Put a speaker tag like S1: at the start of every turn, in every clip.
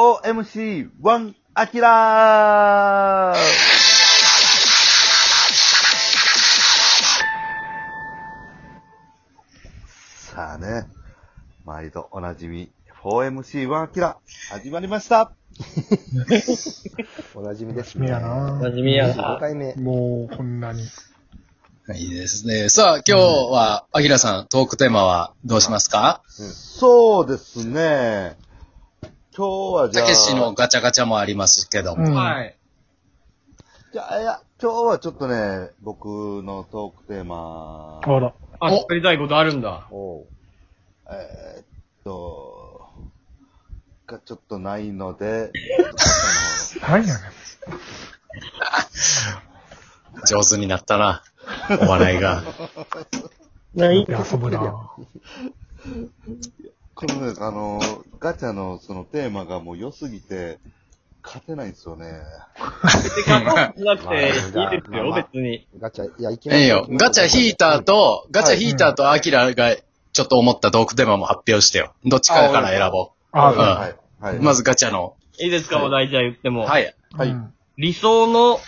S1: 4MC1 アキラーさあね、毎度おなじみ 4MC1 アキラ、始まりました
S2: おなじみです
S3: み
S2: ね。
S3: やな
S4: 馴染みや
S2: 5
S4: な。
S2: 回目。
S3: もう、こんなに。
S5: いいですね。さあ、今日は、アキラさん、トークテーマはどうしますか
S1: そうですね。今日はじ
S5: た
S1: ゃあ、
S5: けしのガチャガチャもありますけども。
S3: はい。
S1: じゃあ、いや、今日はちょっとね、僕のトークテーマ
S3: あら。
S4: あ、
S5: お
S4: 作りたいことあるんだ。
S1: おえーっと、がちょっとないので、
S3: 何やね
S5: 上手になった な。お笑いが。
S3: ん。遊ぶな。
S1: このね、あの、ガチャのそのテーマがもう良すぎて、勝てないんですよね。
S4: 別に勝ちなくていいですよ、別に。
S2: ガチャ、いや、いきな
S5: ええ
S2: り。
S5: よ。ガチャヒーターと、ガチャヒーターとアキラが、ちょっと思ったトークテーマも発表してよ。どっちかから選ぼ
S3: あ
S1: はい。は
S5: う。
S1: い。
S5: まずガチャの。
S4: いいですか、お題じゃあ言っても。。
S5: はいい。
S3: ら。
S1: はい
S3: うん
S4: 理想の夫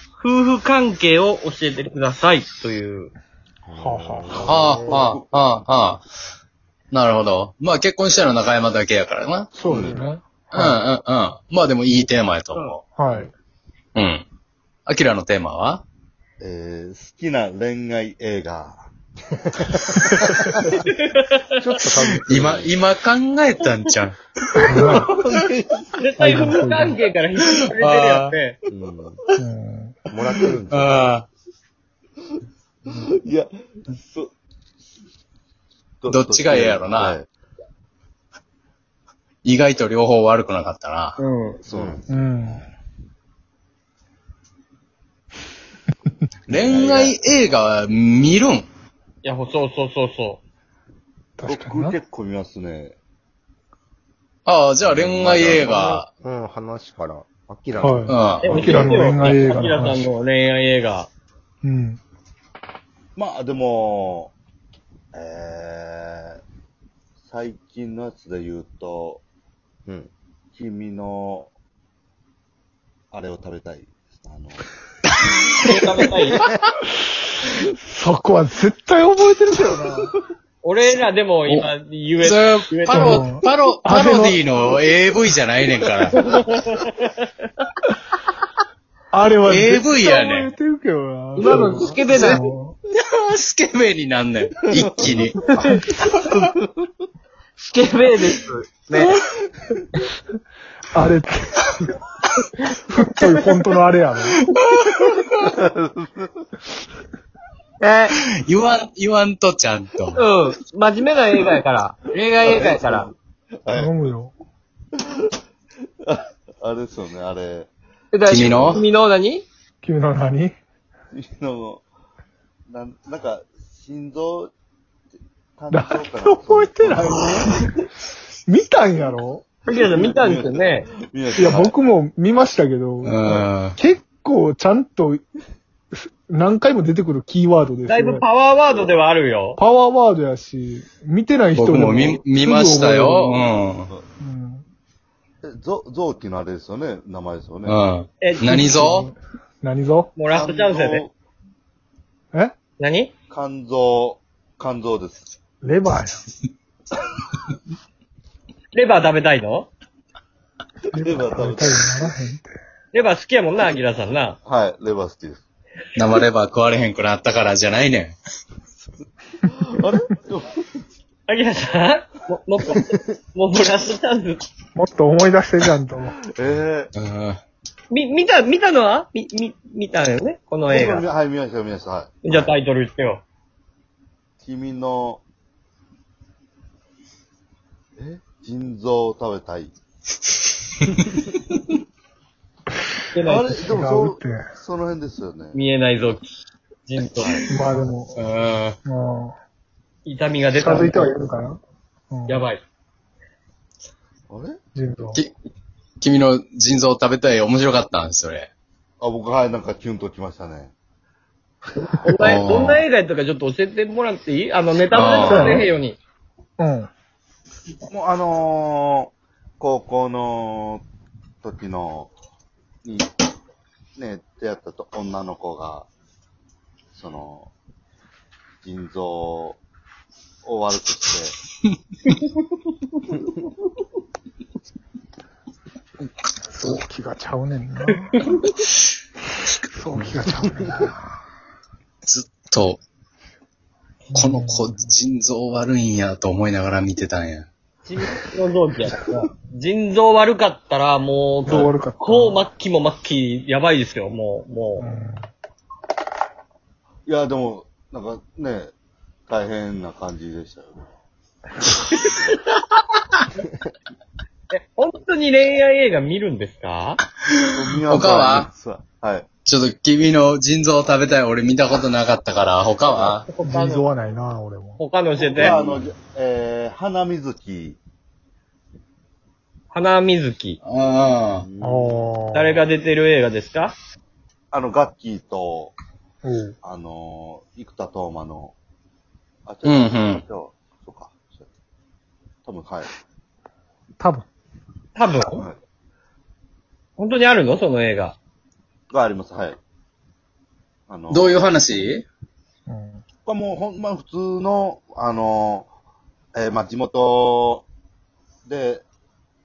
S4: 婦関係を教えてください、という。
S3: はあは
S5: はあ、はあ、はあ、はあ。なるほど。まあ結婚したの中山だけやからな。
S3: あ。そうですね。
S5: うんうんうん。まあでもいいテーマやと思
S3: はい。
S5: う。うん。アキラのテーマは
S1: えー、好きな恋愛映画。
S2: ちょっと感じ。
S5: 今、今考えたんじゃん。
S4: 絶対夫婦関係から引きずられてるやつね。
S1: うん
S3: うん。
S2: もらってるんで
S5: あ
S1: いや、そ、
S5: どっちがええやろな
S1: はい
S5: あ、意外と両方悪くなかったな。
S4: うん。
S1: そうなんです。
S3: うん。
S5: 恋愛映画は見るん
S4: いや、そうそうそうそ
S3: 確かに
S1: 僕
S3: な。
S1: 結構見ますね。
S5: ああ、じゃあ恋愛映画。
S2: す。うん、話から。アキラ。
S5: うん。
S3: は
S5: あ
S4: う。でも
S3: アキラの恋愛映画の話
S4: アキラさんの恋愛映
S3: い。
S4: 画。
S3: うん。
S1: まあでも、えー、最近のやつで言うと、
S2: うん。
S1: 君の、あれを食べたい。あ の、
S4: 俺食べたい
S3: そこは絶対覚えてるけどな。
S4: 俺らでも今言え
S5: それはパ
S3: うん
S5: ロ、パロ、
S3: あ
S5: パ
S3: れは
S5: ロディの AV じゃないねんから。
S3: あれは
S5: AV や
S3: 覚
S5: ね
S3: えてるけどな。
S4: 今のつけてない
S3: い。
S5: スケベになんねん。一気に。
S4: スケベです。ね。
S3: あれって。太いフォントのあれやろ。
S4: え、
S5: 言わん、言わんとちゃんと。
S4: うん。真面目な映画や から。恋愛映画やから。
S3: 頼むよ。
S1: あれですよね、あれ。
S4: えだ
S5: 君の
S4: 君の何
S3: 君の何
S1: の、なん、なんか、心臓、誕
S3: だって覚えてない見たんやろ
S4: アキラさん見たんですよね。
S1: い
S3: いや、僕も見ましたけど。
S5: うん。
S3: 結構ちゃんと、す何回も出てくるキーワードです
S4: だい
S3: ね
S4: ぶ。パワーワードではあるよ。
S3: パワーワードやし、見てない人
S5: 僕も見、見ましたよ。
S3: うん。
S1: 臓、臓器のあれですよね、名前ですよ
S5: う
S1: ね。
S5: ん。うん。
S4: え、
S5: 何ぞ
S3: 何ぞ
S4: もうラストチャンスやで。
S3: え
S4: 何
S1: 肝臓、肝臓です。
S3: レバー
S4: レバー食べたいの
S3: や。
S1: レバー食べ
S3: 食べた
S1: た
S3: い
S1: い
S3: よならへんって。
S4: レバー好きやもんな、アキラさんな。
S1: はい、レバー好きです。
S5: 生レバー食われへんくなったからじゃないね
S1: あれでも
S4: アキラさんも、もっと、もうラストチャンス。
S3: もっと思い出してちゃんと。
S1: え
S5: ん。うん。
S4: み、見た、見たのはみ、み、見たのよねこ
S1: え
S4: の映画。
S1: はい、見ました、見ました。は
S4: じゃあタイトル言ってよ。
S1: い。君の、え腎臓を食べたい。
S4: 見えな
S1: あ
S4: い
S1: れ、でも
S3: 違う
S1: そ
S3: っ
S1: う
S3: て、
S1: その辺ですよね。
S4: 見えない臓器。人と
S3: まあでも、
S5: うん。
S3: まあ、
S4: 痛みが出
S3: 近
S4: た。
S3: づいてはいるかな。うん、
S4: やばい。
S1: あれ
S3: 人道。
S5: き、君の腎臓を食べたい面白かったんです、それ。
S1: あ、僕、はい、なんかキュンときましたね。
S4: お前、
S5: あー
S4: どんな映画やったかちょっと教えてもらっていいあの、ネタバレされへんように。
S3: うん。
S1: もうあのー、高校の時の、に、ね、出会ったと女の子が、その、腎臓を悪くして、
S3: そう気がちゃうねん な。そう気がちゃうねんな。
S5: ずっと、この子、腎臓悪いんやと思いながら見てたんや。
S4: 腎臓の臓器やから。腎臓悪かったら、もう、
S3: 臓悪かった
S4: こう、末期も末期、やばいですよ、もう、
S3: う
S4: も
S3: ん
S1: いや、でも、なんかね、大変な感じでしたよ。
S4: う。え、本当に恋愛映画見るんですか
S5: 他は
S1: はい。
S5: ちょっと君の腎臓を食べたい俺見たことなかったから、他は
S4: 他
S3: 腎臓
S4: の、
S3: はないな、俺も。
S4: 他の教え
S1: で、
S4: て。
S1: あの、えー、花水木。
S4: 花水木。
S5: うん。
S3: ああ。
S4: 誰が出てる映画ですか
S1: あの、ガッキーと、
S3: おう
S1: あのー、生田斗真の、あ、
S5: うんうん
S1: 違違そうか。そう多分、はい。
S3: 多分。
S4: 多分。
S1: はい。
S4: 本当にあるのその映画。
S1: があります、はい。あの、
S5: どういう話
S3: うん。
S1: まあもうほんま普通の、あの、えーまあ地元で、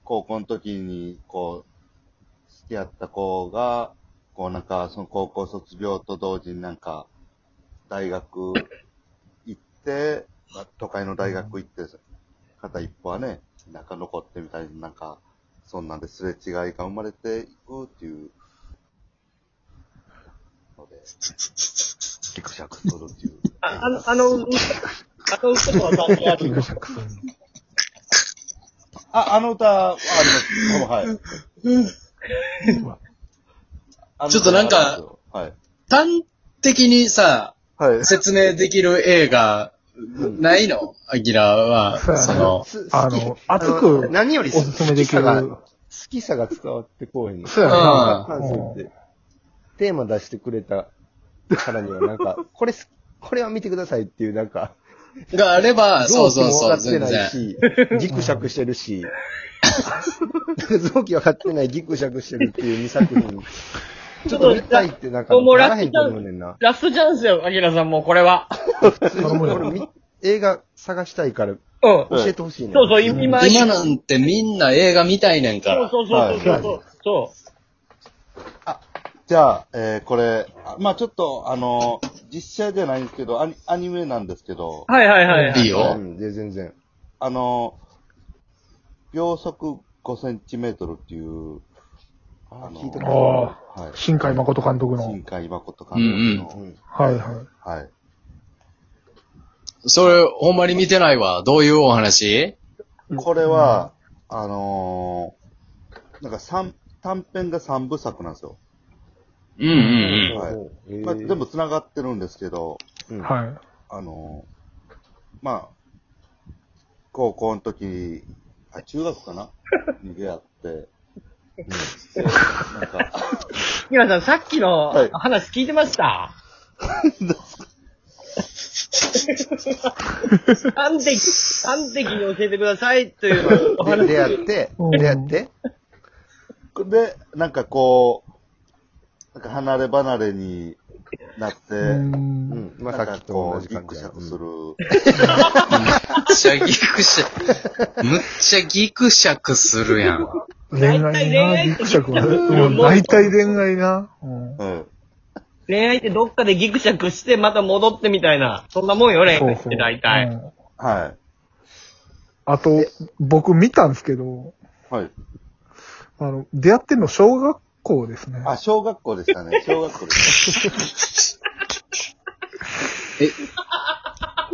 S1: 高校の時に、こう、付き合った子が、こうなんか、その高校卒業と同時になんか、大学行って、まあ、都会の大学行って、片一歩はね、田舎残ってみたいな、なんか、そんなんですれ違いが生まれていくっていう、ので、ギクシャクするっていう。
S4: あ、あの、あの、あの嘘とは関係ある
S3: ギクシャクするの。
S1: あ、あの歌はあります。はい。あの
S5: ちょっとなんか、
S1: はい。
S5: 端的にさ、
S1: はい。
S5: 説明できる映画、ないのアキラは、
S3: そうやな
S5: その、
S2: す
S3: あの熱く
S2: あの何より
S3: おすすめできる。
S2: 好きさが好きさが伝わってこうへん。
S3: そうや
S5: な
S2: 感想って。テーマ出してくれたからには、なんか、 これす、これは見てくださいっていう、なんか、
S5: があれ ば、そうそう
S2: 分
S5: そ
S2: か
S5: う、
S2: って
S5: 全
S2: ない
S5: 然。
S2: し、ギクシャクしてるし、 臓器分かってない、ギクシャクしてるっていう2作品。ちょっと見たいってなんか、
S4: もうラ
S2: な
S4: スト
S2: らへんと思うねんな。
S4: ラストチャンスよ、アキラさんもうこれは。
S3: 頼む
S2: 俺
S3: よ。
S2: み映画探したいか
S4: う
S2: ら
S4: ん。
S2: 教えてほしいね。
S4: そうそう、
S2: う
S4: 今、
S5: 今なんてみんな映画見たいねんか
S4: そう
S5: ら。
S4: そうそうそうそう。そ
S1: じゃあ、えー、これ、あまあちょっと、あの実写じゃないんですけど、アニアニメなんですけど
S4: う。、はいはいはいはい
S5: い
S4: い。
S5: よ。
S2: ん、で、全然。
S1: あの秒速5センチメートルっていう、
S2: あ
S1: あの
S2: 聞いた
S3: ああ
S2: こ
S1: はい。
S3: 新海誠監督の
S1: 新。海誠監督の、
S2: とある。うん。
S3: はいはい。
S1: はい。
S5: それ、ほんまに見てないわ。どういうお話
S1: これは、あのーなんか三短編が3部作なんですよ。
S5: うんうん
S1: はい
S2: おうえー
S1: まあ、全部繋がってるんですけど、
S2: うん
S3: は
S1: あの、まあ、高校の時、あ、中学か なに出会って、うんなんか、
S4: アキラさん、さっきの
S1: はい
S4: 話聞いてま した端的、端的に教えてくださいというお
S2: で
S4: 話。
S2: 出会って、
S3: うん
S2: 出会って、
S1: で、なんかこう、なんか離れ離れになって、
S3: い。うん
S2: う。ん、まあさ
S1: なん
S2: っ
S1: か
S2: きと
S1: こ
S2: 同
S1: う、
S2: じ
S1: ギ
S2: 感
S1: ク
S2: じ
S1: シ
S2: や
S1: ャクする。
S5: うん。むっちゃギクシャ、むっちゃギクシャクするやん。
S3: 恋愛な、ギクシャクは。うん大体恋愛な。うん。
S1: うん。
S4: 恋愛ってどっかでギクシャクして、また戻ってみたいな。そんなもんよ、恋愛って大
S3: う
S4: 体。
S3: ん
S1: は
S3: あと、僕見たんですけど、
S1: い。はい。
S3: あの、出会ってんの小学校ですね。
S1: あ、小学校でした ね。小学校でし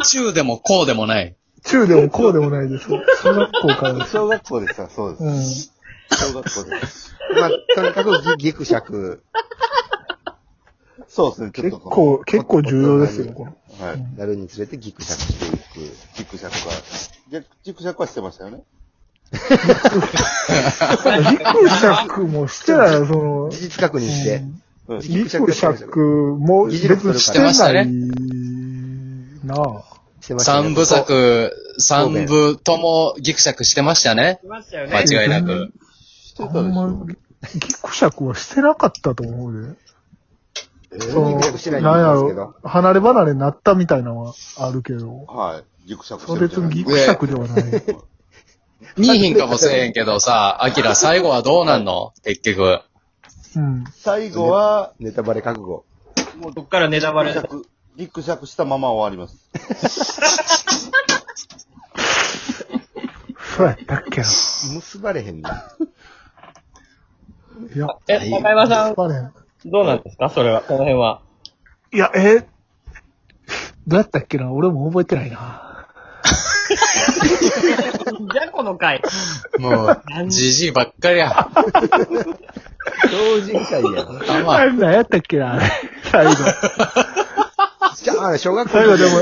S5: 中でもこうでもない。
S3: 中でもこうでもないです。小学校からで
S1: た。
S3: す。
S1: 小学校でした。そう
S3: う
S1: で
S3: ん。
S1: す。小学校です。
S2: まあ、とにかくギギ クシャク
S1: そうですね。ちょっ
S3: 結
S1: とこ
S3: 構、結構重要ですよ、これ。
S1: の。はい。
S2: なるにつれてギクシャクしていく。
S1: ジクシャクは。ジクジクシャクはしてましたよね。
S3: ギクシャクもしてないよ、その。
S2: 事実確認して。
S1: うん
S3: ギクシャクも別にして
S5: してました
S3: ない
S5: ね
S3: なあ。
S2: してましたね
S5: 三部。作、三部ともギクシャクしてましたね。
S4: いましたよ
S5: 間
S4: ね。
S5: 違いなく。
S1: して
S3: あ
S1: たで
S3: ん
S1: し
S3: ま
S1: ょ。
S3: ギクシャクはしてなかったと思う
S1: え
S3: で。
S1: ー
S3: その
S2: ギクシャクしてないと
S3: なんや
S2: 思うんですけ
S3: ろ、離れ離れになったみたいなのはあるけど、
S1: はい。ギクシャクし
S3: そ
S1: て
S3: れ
S1: るじ
S3: 別
S1: ゃな
S3: に
S1: い
S3: ギクシャクではない。
S5: 見えひんかもしれんけどさ、アキラ最後はどうなんの結局。
S3: うん。
S1: 最後は、
S2: ネタバレ覚悟。
S4: もうどっからネタバ
S1: ギク
S4: レ
S1: シャ。ク、ギクシャクしたまま終わります。
S3: そうやったっけな。
S2: 結ばれへんな。
S3: いや、
S4: え、
S2: はい
S4: 高山さん、
S3: バレん。
S4: どうなんですかそれは、この辺は。
S3: いや、えーどうやったっけな俺も覚えてないな。
S4: じゃこの回。
S5: もう、じじいばっかり や。
S2: 同人会やん。
S5: 頭。
S3: 何やったっけなあれ最後。
S2: じゃあ、小学校
S3: 最
S2: の
S3: 後
S2: 時
S3: で も、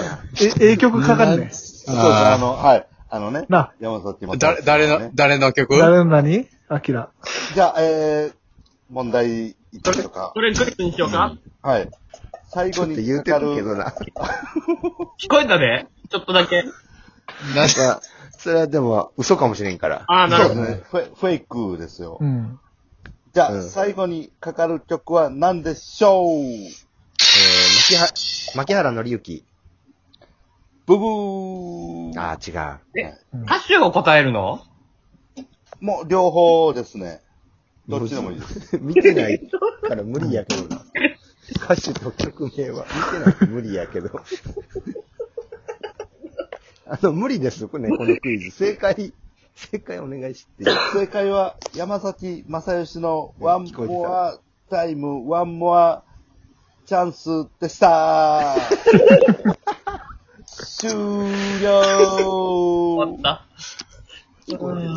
S3: え、ええ曲かかん
S1: そう
S3: ねん。
S1: です。あの、はい。あのね。
S3: な、
S1: 山崎ま
S5: 誰、誰の、誰の曲
S3: 誰の何アキラ。
S1: じゃあ、えー、問題いきましょうか
S4: そ。れクイズにしようか、
S1: はい。最
S2: ちょ
S1: 後
S2: っと
S1: に
S2: 言う
S1: か
S2: てる
S1: か
S2: けど
S1: る、
S2: な。
S4: 聞こえたでちょっとだけ。
S5: な
S2: まあ、それはでも、嘘かもしれんから。
S4: ああ、なるほ
S1: そう
S4: ど。
S1: ですねフェフェイクですよ
S3: う。ん。
S1: じゃあ、
S2: うん
S1: 最後にかかる曲は何でしょう
S2: えー、牧原、牧原のりゆき。
S1: ブブー
S2: ああ、違う。
S4: 歌手を答えるの
S1: もう両方ですね。どっちでもいいです。
S2: す。見てないから無理やけどな。歌手と曲名は見てないと無理やけど。あの、無理です、これね、このクイズ。正解、正解お願いして。
S1: 正解は山崎正義のワン
S2: 聞こえてた
S1: モアタイム、ワンモアチャンスで した。終
S4: 終わ
S1: 了
S4: った。